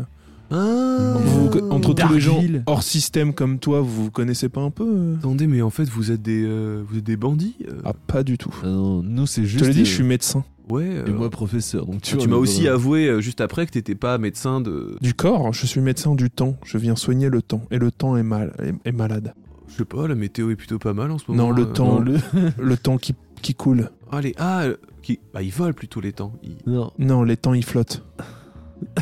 Ah.
vous- entre tous les gens
Darkville.
hors système comme toi, vous vous connaissez pas un peu euh
Attendez, mais en fait, vous êtes des, euh, vous êtes des bandits euh,
Ah, pas du tout.
Ah non, nous c'est
Je
juste.
te l'ai dit,
euh,
je suis Ah, médecin.
Ouais. euh,
Et moi professeur, donc tu,
tu
vois,
m'as
le-
aussi avoué euh, juste après que t'étais pas médecin de.
Du corps, je suis médecin du temps. Je viens soigner le temps. Et le temps est, mal, est, est malade.
Je sais pas, la météo est plutôt pas mal en ce moment.
Non, le
euh,
temps,
non.
le... temps qui, qui coule.
Allez, ah, euh, qui... bah, ils volent plutôt les temps. Ils-
Non,
Non, les temps, ils flottent.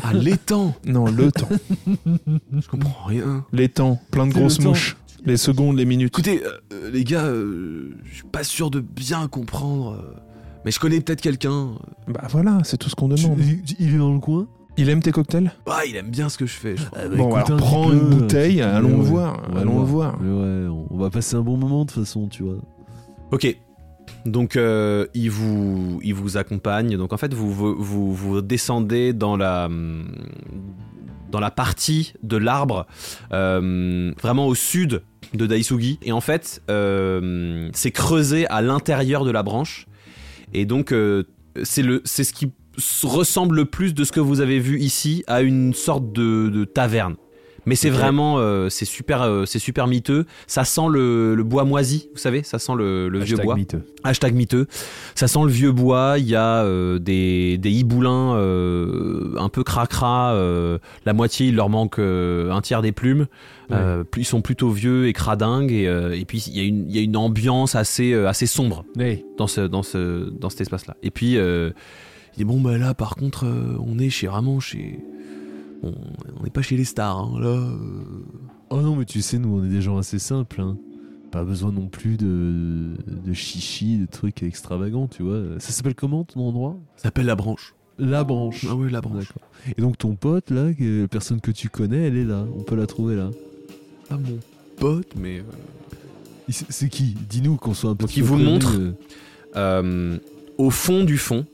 Ah, les temps
Non, le temps.
Je comprends rien.
Les temps, plein de
C'est le
grosses
temps.
mouches. Les secondes, les minutes.
Écoutez, euh, euh, les gars, euh, je suis pas sûr de bien comprendre. euh, Mais je connais peut-être quelqu'un. Euh,
Bah voilà, c'est tout ce qu'on
Tu-
demande.
il, il est dans le coin.
Il aime tes cocktails
Ah, il aime bien ce que je fais. je crois.
Bon,
écoute, un
alors prends
petit
une
peu,
bouteille,
un petit peu,
allons le
ouais.
voir.
On va
Allons le voir.
Mais ouais, on, on va passer un bon moment de toute façon, tu vois.
Ok. Donc euh, il vous il vous accompagne. Donc en fait vous vous, vous- vous descendez dans la hum, dans la partie de l'arbre, euh, vraiment au sud de Daisugi. Et en fait, euh, c'est creusé à l'intérieur de la branche. Et donc, euh, c'est le- c'est ce qui s- ressemble le plus de ce que vous avez vu ici à une sorte de, de taverne. Mais c'est vraiment, euh, c'est super, euh, c'est super miteux. Ça sent le, le bois moisi, vous savez, ça sent le, le vieux
Hashtag
bois.
miteux.
Hashtag miteux. Ça sent le vieux bois, il y a euh, des, des hiboulins euh, un peu cracra, euh, la moitié il leur manque euh, un tiers des plumes, Euh, plus- ils sont plutôt vieux et cradingues, et, euh, et puis il y, a une- il y a une ambiance assez, euh, assez sombre
Oui.
dans, ce, dans, ce, dans cet espace-là. Et puis, euh, il dit, bon, bah là, par contre, euh, on est chez vraiment chez... On on n'est pas chez les stars, hein, là. euh,
Oh non, mais tu sais, nous, on est des gens assez simples. hein. Pas besoin non plus de, de chichi, de trucs extravagants, tu vois. Ça s'appelle comment ton endroit
Ça s'appelle la branche.
La branche.
Ah oui, la branche.
D'accord. Et donc ton pote, là, que- la personne que tu connais, elle est là. On peut la trouver là.
Pas Ah, mon pote, mais... euh,
Et C'est c'est qui Dis-nous qu'on soit un peu.
Donc, il vous montre. Euh, au fond du fond,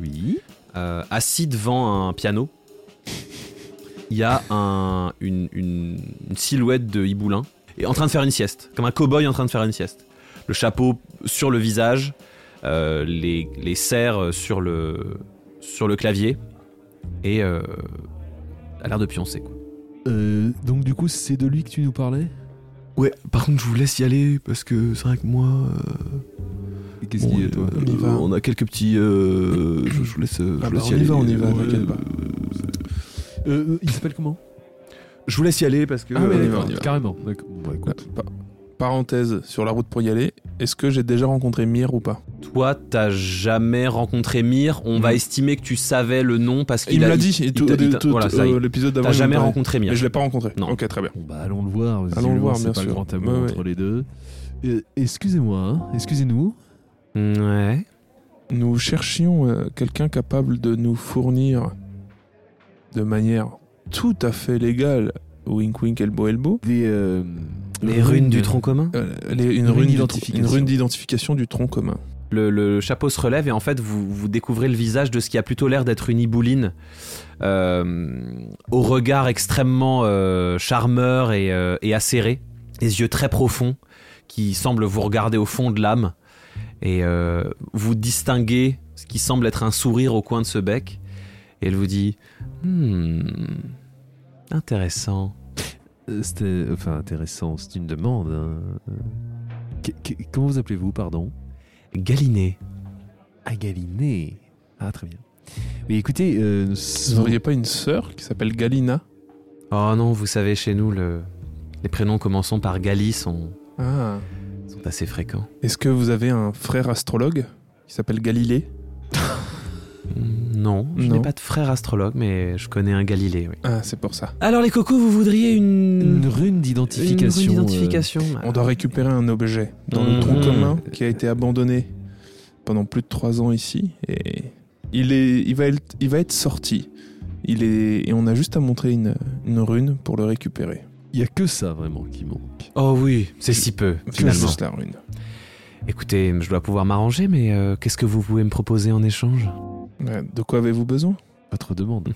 Oui.
euh, assis devant un piano, il y a un- une, une- une silhouette de Hiboulin et en train de faire une sieste, comme un cow-boy en train de faire une sieste. Le chapeau sur le visage, euh, les, les serres sur le, sur le clavier et euh, a l'air de pioncer. Quoi.
Euh, donc du coup, c'est de lui que tu nous parlais
Ouais, par contre, je vous laisse y aller parce que c'est vrai que moi.
Et qu'est-ce qu'il y a, toi
Euh, On y va.
on a quelques petits. euh, je, je vous laisse. euh, je
Ah
vous
bah,
laisse
on
y
y
aller.
va, on y va,
Ouais,
t'inquiète pas.
Euh, Il s'appelle comment
Je vous laisse y aller
Ah,
parce que.
ouais,
euh,
Ah, d'accord. on y va.
Carrément. D'accord. Bon, bah, écoute.
Pa- Parenthèse sur la route pour y aller, est-ce que j'ai déjà rencontré Mire ou pas
Toi, t'as jamais rencontré Mire, on va estimer que tu savais le nom parce qu'il
Hmm. Il me
a-
l'a dit, et tout-
t'a- il t'a-
tout-
voilà, ça, il-
euh, l'épisode d'avant.
T'as
il me
jamais
parlait.
rencontré Mire.
Mais je l'ai pas rencontré.
Non.
Ok, très bien.
Bon bah allons le voir.
Allons le voir,
c'est
bien
pas
sûr.
le grand tabou
Ouais, ouais.
entre les deux. Euh, excusez-moi, hein, excusez-nous.
Ouais.
Nous cherchions euh, quelqu'un capable de nous fournir de manière tout à fait légale, wink wink, elbow elbow,
Des
Les runes du tronc commun
euh, les- une,
Une
rune du-
identification.
une rune d'identification du tronc commun.
le, le chapeau se relève et en fait vous, vous découvrez le visage de ce qui a plutôt l'air d'être une ibouline euh, au regard extrêmement euh, charmeur et, euh, et acéré, les yeux très profonds qui semblent vous regarder au fond de l'âme et euh, vous distinguez ce qui semble être un sourire au coin de ce bec et elle vous dit Hmm, intéressant.
Euh, C'était enfin intéressant. C'est une demande. hein. Euh, qu'est- qu'est- Comment vous appelez-vous, pardon
Galinée.
Agaliné. Ah très bien. Mais écoutez, euh, nous
Vous
sommes-
n'auriez pas une sœur qui s'appelle Galina
Oh non, vous savez, chez nous, le- les prénoms commençant par Gali sont,
Ah.
sont assez fréquents.
Est-ce que vous avez un frère astrologue qui s'appelle Galilée
Non, je
Non.
n'ai pas de frère astrologue, mais je connais un Galilée, oui.
Ah, c'est pour ça.
Alors les cocos, vous voudriez
une
une...
rune d'identification.
Une
euh,
identification.
On doit récupérer un objet dans
Mhm.
le tronc commun qui a été abandonné pendant plus de trois ans ici et il est, il va être, il va être sorti. Il est et on a juste à montrer une, une rune pour le récupérer.
Il y a que ça vraiment qui manque.
Oh oui, c'est si peu,
Que
finalement.
juste la rune.
Écoutez, je dois pouvoir m'arranger, mais euh, qu'est-ce que vous pouvez me proposer en échange
Ouais, De quoi avez-vous besoin Bah,
Votre demande.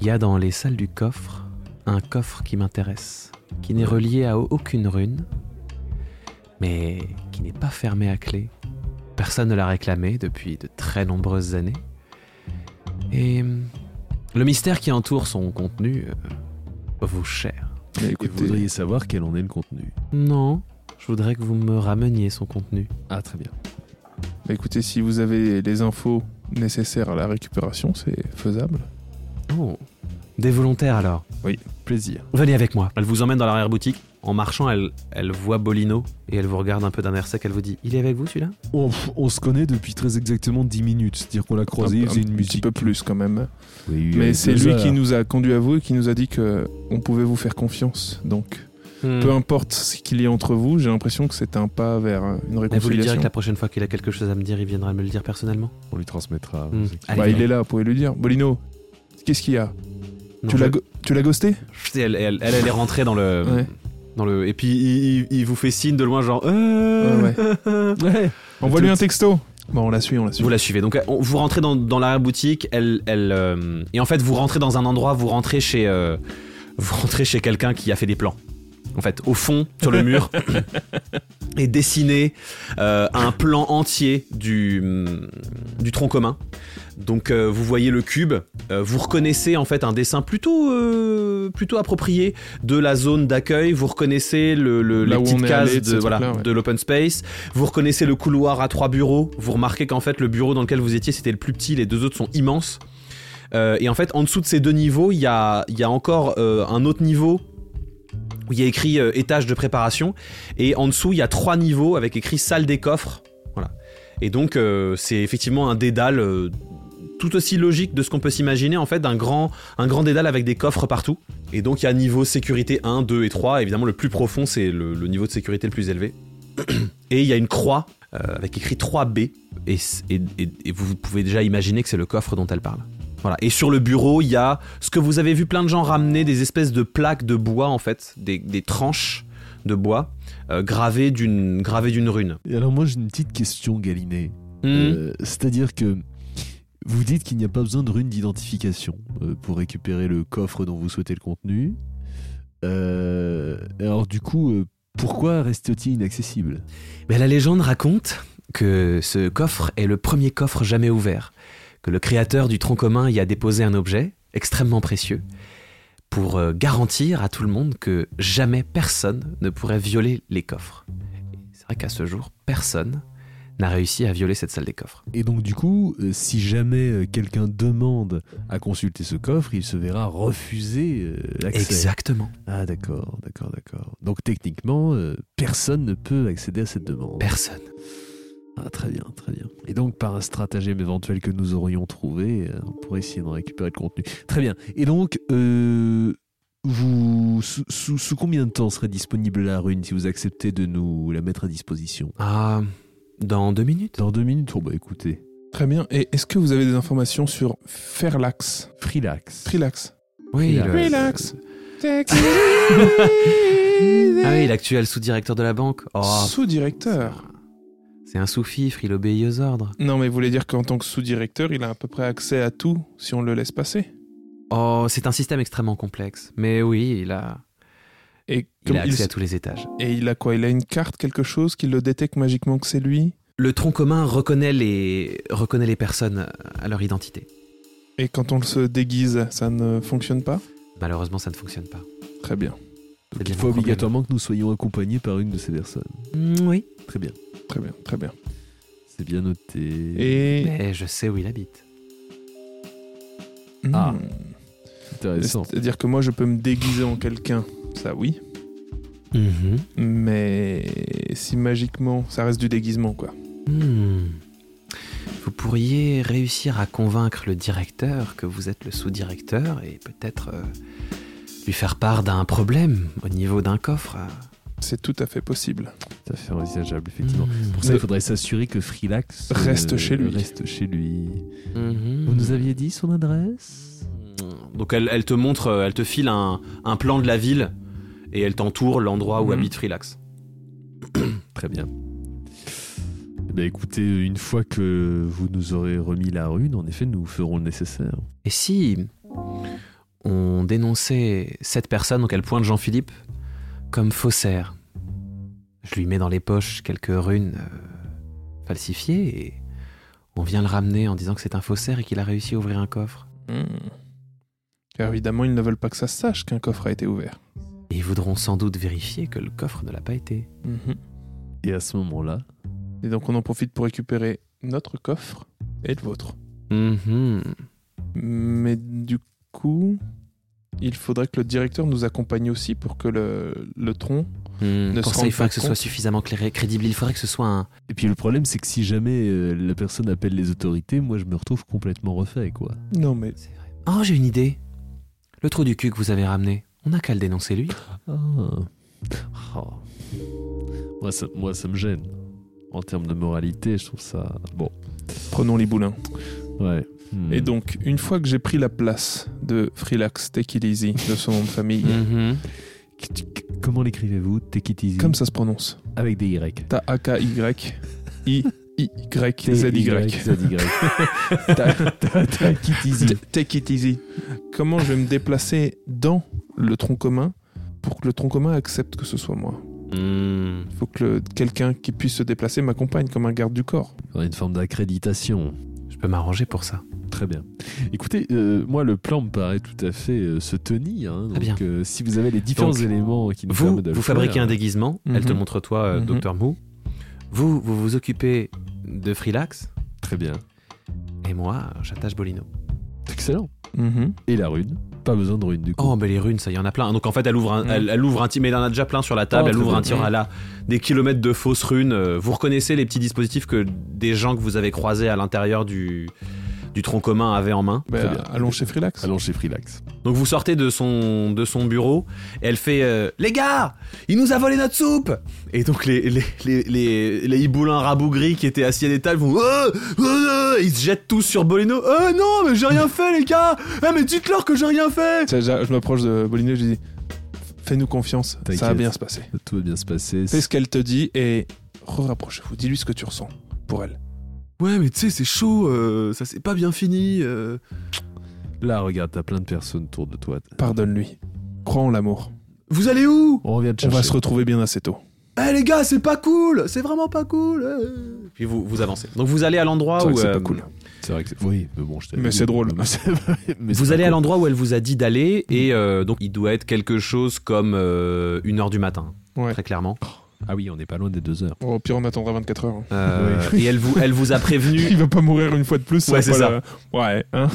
Il y a dans les salles du coffre un coffre qui m'intéresse, qui n'est relié à aucune rune, mais qui n'est pas fermé à clé. Personne ne l'a réclamé depuis de très nombreuses années. Et hum, le mystère qui entoure son contenu euh, vous cher.
Mais
Et vous
écoutez,
voudriez savoir quel en est le contenu.
Non, je voudrais que vous me rameniez son contenu.
Ah très bien.
mais bah, écoutez, si vous avez les infos nécessaires à la récupération, c'est faisable.
Oh, des volontaires alors
Plaisir.
Venez avec moi. Elle vous emmène dans l'arrière-boutique. En marchant, elle, elle voit Bolino et elle vous regarde un peu d'un air sec. Elle vous dit Il est avec vous celui-là
On, on se connaît depuis très exactement 10 minutes. C'est-à-dire qu'on l'a croisé, il
un, un
faisait une
petit
musique.
peu plus quand même.
Oui, il y a
Mais c'est
deux
lui
heures.
qui nous a conduit à vous et qui nous a dit que on pouvait vous faire confiance. Donc,
Hmm.
peu
Mm.
importe ce qu'il y a entre vous, j'ai l'impression que c'est un pas vers euh, une
Elle vous Bah, lui
réconciliation.
direz que la prochaine fois qu'il a quelque chose à me dire, il viendra me le dire personnellement.
On lui transmettra.
Hmm. Allez,
Bah, il
venez.
est là, vous pouvez lui dire. Bolino, qu'est-ce qu'il y a
Non,
Tu
je-
l'as go- tu l'as ghosté
je- elle, elle- elle- elle est rentrée dans le.
Ouais.
Dans le... Et puis il, il- il vous fait signe de loin, genre. Euh,
Ouais, Envoie-lui un texto. Bon, on la suit, on la suit.
Vous la suivez. Donc on- vous rentrez dans, dans l'arrière-boutique, elle, elle, euh, et en fait vous rentrez dans un endroit, vous rentrez chez, euh, vous rentrez chez quelqu'un qui a fait des plans. En fait, au fond, sur le mur, est dessiné euh, un plan entier du, hum, du tronc commun. Donc euh, vous voyez le cube, euh, vous reconnaissez en fait un dessin plutôt, euh, plutôt approprié de la zone d'accueil, vous reconnaissez le, le-
Là
les
où
petites
on est
cases
allé, de
de
ces
voilà,
trucs-là, ouais.
de l'open space, vous reconnaissez le couloir à trois bureaux. Vous remarquez qu'en fait, le bureau dans lequel vous étiez, c'était le plus petit. Les deux autres sont immenses. Euh, et en fait, en dessous de ces deux niveaux, il y a, il y a encore euh, un autre niveau où il y a écrit euh, étage de préparation. Et en dessous, il y a trois niveaux avec écrit salle des coffres. Voilà. Et donc, euh, c'est effectivement un dédale euh, tout aussi logique de ce qu'on peut s'imaginer, en fait, d'un grand, un grand dédale avec des coffres partout. Et donc, il y a niveau sécurité 1, 2 et 3. Évidemment, le plus profond, c'est le- le niveau de sécurité le plus élevé. Et il y a une croix euh, avec écrit 3B. Et, c- et- et- et vous pouvez déjà imaginer que c'est le coffre dont elle parle. Voilà. Et sur le bureau, il y a ce que vous avez vu plein de gens ramener, des espèces de plaques de bois, en fait, des, des tranches de bois euh, gravées d'une gravées d'une rune.
Et alors moi j'ai une petite question Galiné.
Mm.
Euh, C'est-à-dire que vous dites qu'il n'y a pas besoin de rune d'identification euh, pour récupérer le coffre dont vous souhaitez le contenu. Euh, alors du coup, euh, pourquoi reste-t-il inaccessible
Mais la légende raconte que ce coffre est le premier coffre jamais ouvert, que le créateur du tronc commun y a déposé un objet extrêmement précieux pour euh, garantir à tout le monde que jamais personne ne pourrait violer les coffres. Et C'est vrai qu'à ce jour, personne n'a réussi à violer cette salle des coffres.
Et donc du coup, euh, si jamais euh, quelqu'un demande à consulter ce coffre, il se verra refuser euh, l'accès.
Exactement.
Ah d'accord, d'accord, d'accord. Donc techniquement, euh, personne ne peut accéder à cette demande.
Personne.
Ah, très bien, très bien. Et donc, par un stratagème éventuel que nous aurions trouvé, euh, on pourrait essayer de récupérer le contenu. Très bien. Et donc, euh, vous, sous, sous- sous combien de temps serait disponible la rune si vous acceptez de nous la mettre à disposition
Ah, dans deux minutes
Dans deux minutes, bah, on va écouter.
Très bien. Et est-ce que vous avez des informations sur Ferlax
Frilax.
Trilax
Oui,
Relax.
euh,
le-
Relax.
Ah oui, l'actuel sous-directeur de la banque. Oh,
Ah. Sous-directeur.
c'est un sous-fifre, il obéit aux ordres.
Non, mais vous voulez dire qu'en tant que sous-directeur, il a à peu près accès à tout si on le laisse passer
Oh, c'est un système extrêmement complexe. Mais oui, il a,
et,
il
comme
a
il
accès à
s-
tous les étages.
et il a quoi Il a une carte, quelque chose qui le détecte magiquement que c'est lui
Le tronc commun reconnaît les, reconnaît les personnes à leur identité.
Et quand on se déguise, ça ne fonctionne pas
Malheureusement, ça ne fonctionne pas.
Très bien.
C'est bien
Il
un
faut
problème.
obligatoirement que nous soyons accompagnés par une de ces personnes.
Mm, oui,
Très bien.
Très bien, très bien.
C'est bien noté.
Et.
mais je sais où il habite.
Hmm.
Ah.
bah,
Intéressant.
C'est-à-dire que moi, je peux me déguiser en quelqu'un, ça oui.
Mhm.
Mais si magiquement, ça reste du déguisement, quoi.
Hmm. Vous pourriez réussir à convaincre le directeur que vous êtes le sous-directeur et peut-être euh, lui faire part d'un problème au niveau d'un coffre. à-
C'est tout à fait possible.
Tout à fait envisageable, effectivement.
Mm.
Pour ça,
Mais-
il faudrait s'assurer que Frilax euh,
Reste chez lui.
Reste chez Mm. lui.
Mhm.
Vous nous aviez dit son adresse
Donc elle, elle te montre, euh, elle te file un, un plan de la ville et elle t'entoure l'endroit où
Mhm.
habite Freelax.
Très bien. Eh bien, écoutez, une fois que vous nous aurez remis la rune, en effet, nous ferons le nécessaire.
Et si on dénonçait cette personne, donc elle pointe Jean-Philippe, comme faussaire Je lui mets dans les poches quelques runes euh, falsifiées et on vient le ramener en disant que c'est un faussaire et qu'il a réussi à ouvrir un coffre.
Hmm. Car évidemment, ils ne veulent pas que ça se sache qu'un coffre a été ouvert.
Et ils voudront sans doute vérifier que le coffre ne l'a pas été.
Mhm.
Et à ce moment-là,
Et donc, on en profite pour récupérer notre coffre et le vôtre.
Mhm.
Mais du coup, il faudrait que le directeur nous accompagne aussi pour que le, le tronc.
Hmm,
Ne
pour
se
ça, il
rendent
faudrait
pas
que ce
compte.
soit suffisamment clair- crédible. Il faudrait que ce soit un.
et puis le problème, c'est que si jamais euh, la personne appelle les autorités, moi, je me retrouve complètement refait, quoi.
Non, mais
Oh, j'ai une idée. Le trou du cul que vous avez ramené, on n'a qu'à le dénoncer lui.
Ah. Oh. Moi, ça, moi, ça me gêne. En termes de moralité, je trouve ça bon.
prenons les boulins.
Ouais. Hmm.
Et donc, une fois que j'ai pris la place de Freelax Take It Easy, de son nom de famille,
comment l'écrivez-vous Take it easy.
comme ça se prononce
avec des Y.
T-A-K-Y-I-E-A-S-Y. T-Y-Z-Y.
ZY. Ta- ta- ta- Take it easy.
Take it easy. Comment je vais me déplacer dans le tronc commun pour que le tronc commun accepte que ce soit moi
Hmm.
Il faut que le- quelqu'un qui puisse se déplacer m'accompagne comme un garde du corps.
On a une forme d'accréditation.
Je peux m'arranger pour ça.
Très bien. Écoutez, euh, moi, le plan me paraît tout à fait euh, se tenir. hein.
Très bien.
donc, euh, si vous avez les différents
Donc,
éléments qui nous
Vous,
permettent de le
vous fabriquez
faire,
un déguisement. Elle te
Mhm.
montre toi, euh,
Mhm.
Dr. Mou. Vous, vous vous occupez de Freelax.
Très bien.
Et moi, j'attache Bolino.
Excellent.
Mm-hmm.
Et la rune. Pas besoin de rune, du coup.
Oh, mais les runes, ça y en a plein. Donc en fait, elle ouvre un,
Mhm.
elle, elle ouvre un ti- mais elle en a déjà plein sur la table.
Oh,
elle
très
ouvre
bien.
un tirala. Des kilomètres de fausses runes. Euh, Vous reconnaissez les petits dispositifs que des gens que vous avez croisés à l'intérieur du, du tronc commun avaient en main.
Ben,
Très bien.
allons chez Freelax.
Allons chez Freelax.
Donc vous sortez de son, de son bureau, et elle fait euh, Les gars, il nous a volé notre soupe Et donc les, les, les, les, les hiboulins rabougris qui étaient assis à des tables vont Oh, oh, oh Ils se jettent tous sur Bolino Euh non, mais j'ai rien fait les gars Eh mais dites-leur que j'ai rien fait
Tu sais, Je je m'approche de Bolino et je lui dis Fais-nous confiance, ça va
T'inquiète.
bien se passer.
Tout va bien se passer.
Fais ce qu'elle te dit et rapprochez-vous. Dis-lui ce que tu ressens pour elle.
Ouais, mais tu sais, c'est chaud, euh, ça s'est pas bien fini. euh.
Là, regarde, t'as plein de personnes autour de toi.
Pardonne-lui. Crois en l'amour.
Vous allez où
On revient te
On
chercher.
va se retrouver bien assez tôt.
Eh les gars, c'est pas cool, c'est vraiment pas cool. euh.
Puis vous, vous avancez. Donc vous allez à l'endroit
C'est vrai
où.
que c'est
euh,
pas cool.
C'est vrai que c'est... Oui, mais bon, je t'avais
Mais
dit.
c'est drôle.
Mais c'est- mais c'est
Vous
pas
allez à
cool. Mm.
l'endroit où elle vous a dit d'aller, et euh, donc il doit être quelque chose comme euh, une heure du matin,
Ouais.
très clairement.
Ah oui, on n'est pas loin des deux heures.
Oh, Au pire, on attendra 24 heures. hein.
Euh, Et elle vous, elle vous a prévenu
Il va pas mourir une fois de plus.
Ouais,
va
c'est
pas
ça.
la- Ouais, hein.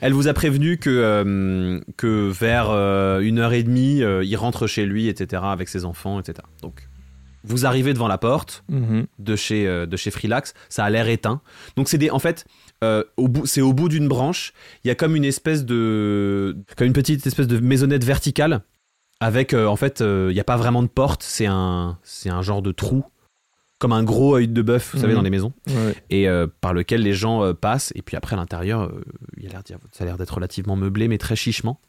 Elle vous a prévenu que, euh, que vers euh, une heure et demie, euh, il rentre chez lui, etc., avec ses enfants, etc. Donc, vous arrivez devant la porte de chez, euh, de chez Freelax, ça a l'air éteint. Donc, c'est des. En fait. euh, au bout- c'est au bout d'une branche, il y a comme une espèce de, comme une petite espèce de maisonnette verticale avec, euh, en fait, euh, il n'y a pas vraiment de porte, c'est un, c'est un genre de trou, comme un gros œil de bœuf, vous savez,
Mhm.
dans les maisons
Ouais.
et euh, par lequel les gens euh, passent. Et puis après, à l'intérieur, euh, il a l'air d'y avoir- ça a l'air d'être relativement meublé, mais très chichement.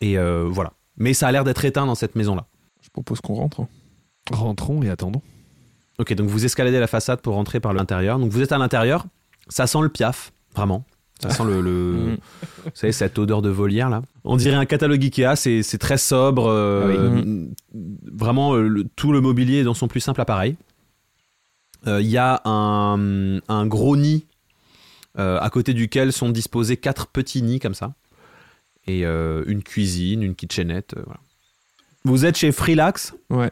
Et euh, voilà. Mais ça a l'air d'être éteint dans cette maison-là.
Je propose qu'on rentre. hein.
Rentrons et attendons.
Ok, donc vous escaladez la façade pour rentrer par l'intérieur. Donc vous êtes à l'intérieur, ça sent le piaf, vraiment. Ça sent le, le-
Mhm.
vous savez, cette odeur de volière là. On dirait un catalogue Ikea, c'est c'est très sobre. euh,
Ah oui.
euh, Vraiment, euh, le- tout le mobilier est dans son plus simple appareil. Euh, Il y a un, un gros nid euh, à côté duquel sont disposés quatre petits nids comme ça. Et euh, une cuisine, une kitchenette. euh, voilà. Vous êtes chez Freelax
Ouais.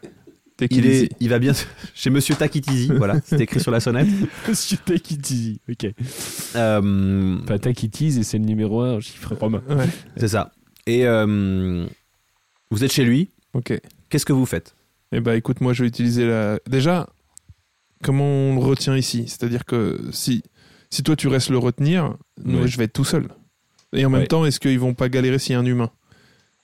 T'es
il, est, il va bien chez Monsieur Takitizi, voilà, c'est écrit sur la sonnette.
Monsieur Takitizi. Ok.
Euh,
Enfin, Takitiz et c'est le numéro 1 chiffre romain.
Ouais.
c'est ça. Et euh, vous êtes chez lui.
Ok.
Qu'est-ce que vous faites
Eh bah écoute, moi je vais utiliser la. Déjà, comment on le retient ici C'est-à-dire que si, si toi tu restes le retenir, moi
Ouais.
je vais être tout seul. Et en même
Ouais.
temps, est-ce qu'ils vont pas galérer s'il y a un humain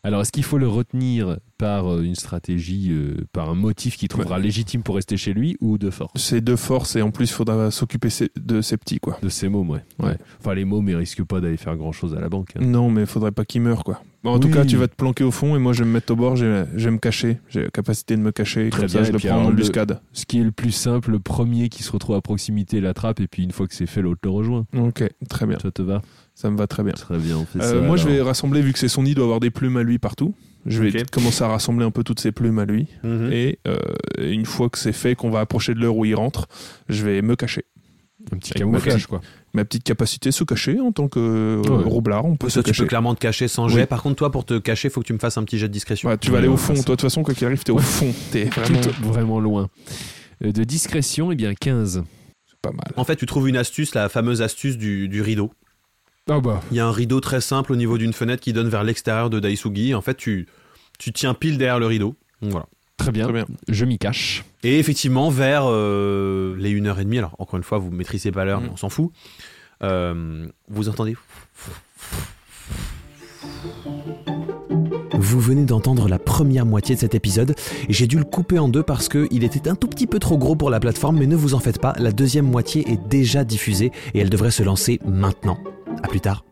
Alors, est-ce qu'il faut le retenir par euh, une stratégie, euh, par un motif qu'il trouvera légitime pour rester chez lui ou de force
C'est de force et en plus il faudra s'occuper ses- de ces petits quoi.
De ces mômes, ouais.
Ouais.
Enfin, les mômes, ils risquent pas d'aller faire grand-chose à la banque. hein.
Non, mais faudrait pas qu'ils meurent quoi. Bon, en
Oui.
tout cas, tu vas te planquer au fond et moi je vais me mettre au bord, je vais, je vais me cacher. J'ai la capacité de me cacher.
Très
Comme
bien,
ça,
et
je le
puis
prends en
alors, le-
embuscade.
Ce qui est le plus simple, le premier qui se retrouve à proximité l'attrape et puis une fois que c'est fait, l'autre le rejoint.
Ok, très bien.
Ça te va
Ça me va très bien.
Très bien, on fait ça.
Euh, moi, je
alors.
vais rassembler, vu que c'est son nid, il doit avoir des plumes à lui partout. Je vais
Ok.
commencer à rassembler un peu toutes ces plumes à lui.
Mmh.
Et euh, et une fois que c'est fait, qu'on va approcher de l'heure où il rentre, je vais me cacher.
Un petit
Avec ma
camouflage,
petite-
quoi.
Ma petite capacité, se cacher en tant que euh,
Ouais.
roublard, on peut
Toi,
se
tu
cacher.
peux clairement te cacher sans jet.
Oui.
Par contre, toi, pour te cacher, faut que tu me fasses un petit jet de discrétion.
Ouais, tu vas
Ouais,
aller
on
au
va
fond.
faire
Toi,
ça.
de toute façon, quoi qu'il arrive, t'es au fond. T'es vraiment
Tout vraiment loin. Euh, de discrétion, eh bien 15.
pas mal.
En fait, tu trouves une astuce, la fameuse astuce du, du rideau.
Ah bah.
Il y a un rideau très simple au niveau d'une fenêtre qui donne vers l'extérieur de Daisugi. En fait, tu, tu tiens pile derrière le rideau. Donc, Voilà.
Très bien.
Très bien.
Je m'y cache.
Et effectivement, vers euh, les 1h30, alors encore une fois, vous maîtrisez pas l'heure,
Mm.
mais on s'en fout, euh, vous entendez. Vous venez d'entendre la première moitié de cet épisode. J'ai dû le couper en deux parce qu'il était un tout petit peu trop gros pour la plateforme, mais ne vous en faites pas, la deuxième moitié est déjà diffusée et elle devrait se lancer maintenant. A plus tard.